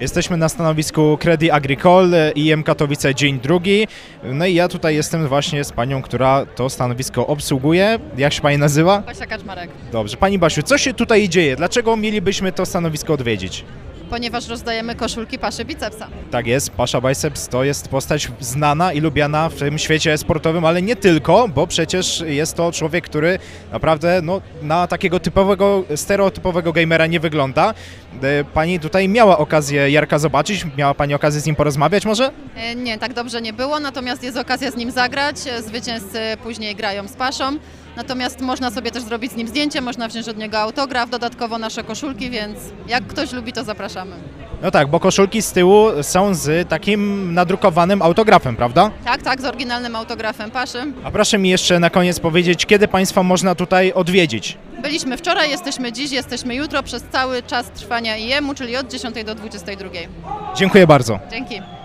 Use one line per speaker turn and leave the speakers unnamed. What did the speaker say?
Jesteśmy na stanowisku Credit Agricole IM Katowice dzień drugi. No i ja tutaj jestem właśnie z panią, która to stanowisko obsługuje. Jak się pani nazywa?
Kasia Kaczmarek.
Dobrze. Pani Basiu, co się tutaj dzieje? Dlaczego mielibyśmy to stanowisko odwiedzić?
Ponieważ rozdajemy koszulki paszy bicepsa.
Tak jest, Pasza Biceps to jest postać znana i lubiana w tym świecie sportowym, ale nie tylko, bo przecież jest to człowiek, który naprawdę no, na takiego typowego, stereotypowego gamera nie wygląda. E, Pani tutaj miała okazję Jarka zobaczyć, miała Pani okazję z nim porozmawiać może?
E, Nie, tak dobrze nie było, natomiast jest okazja z nim zagrać. E, Zwycięzcy później grają z paszą. Natomiast można sobie też zrobić z nim zdjęcie, można wziąć od niego autograf, dodatkowo nasze koszulki, więc jak ktoś lubi, to zapraszamy.
No tak, bo koszulki z tyłu są z takim nadrukowanym autografem, prawda?
Tak, tak, z oryginalnym autografem paszy.
A proszę mi jeszcze na koniec powiedzieć, kiedy Państwa można tutaj odwiedzić?
Byliśmy wczoraj, jesteśmy dziś, jesteśmy jutro przez cały czas trwania IEM-u, czyli od 10 do 22.
Dziękuję bardzo.
Dzięki.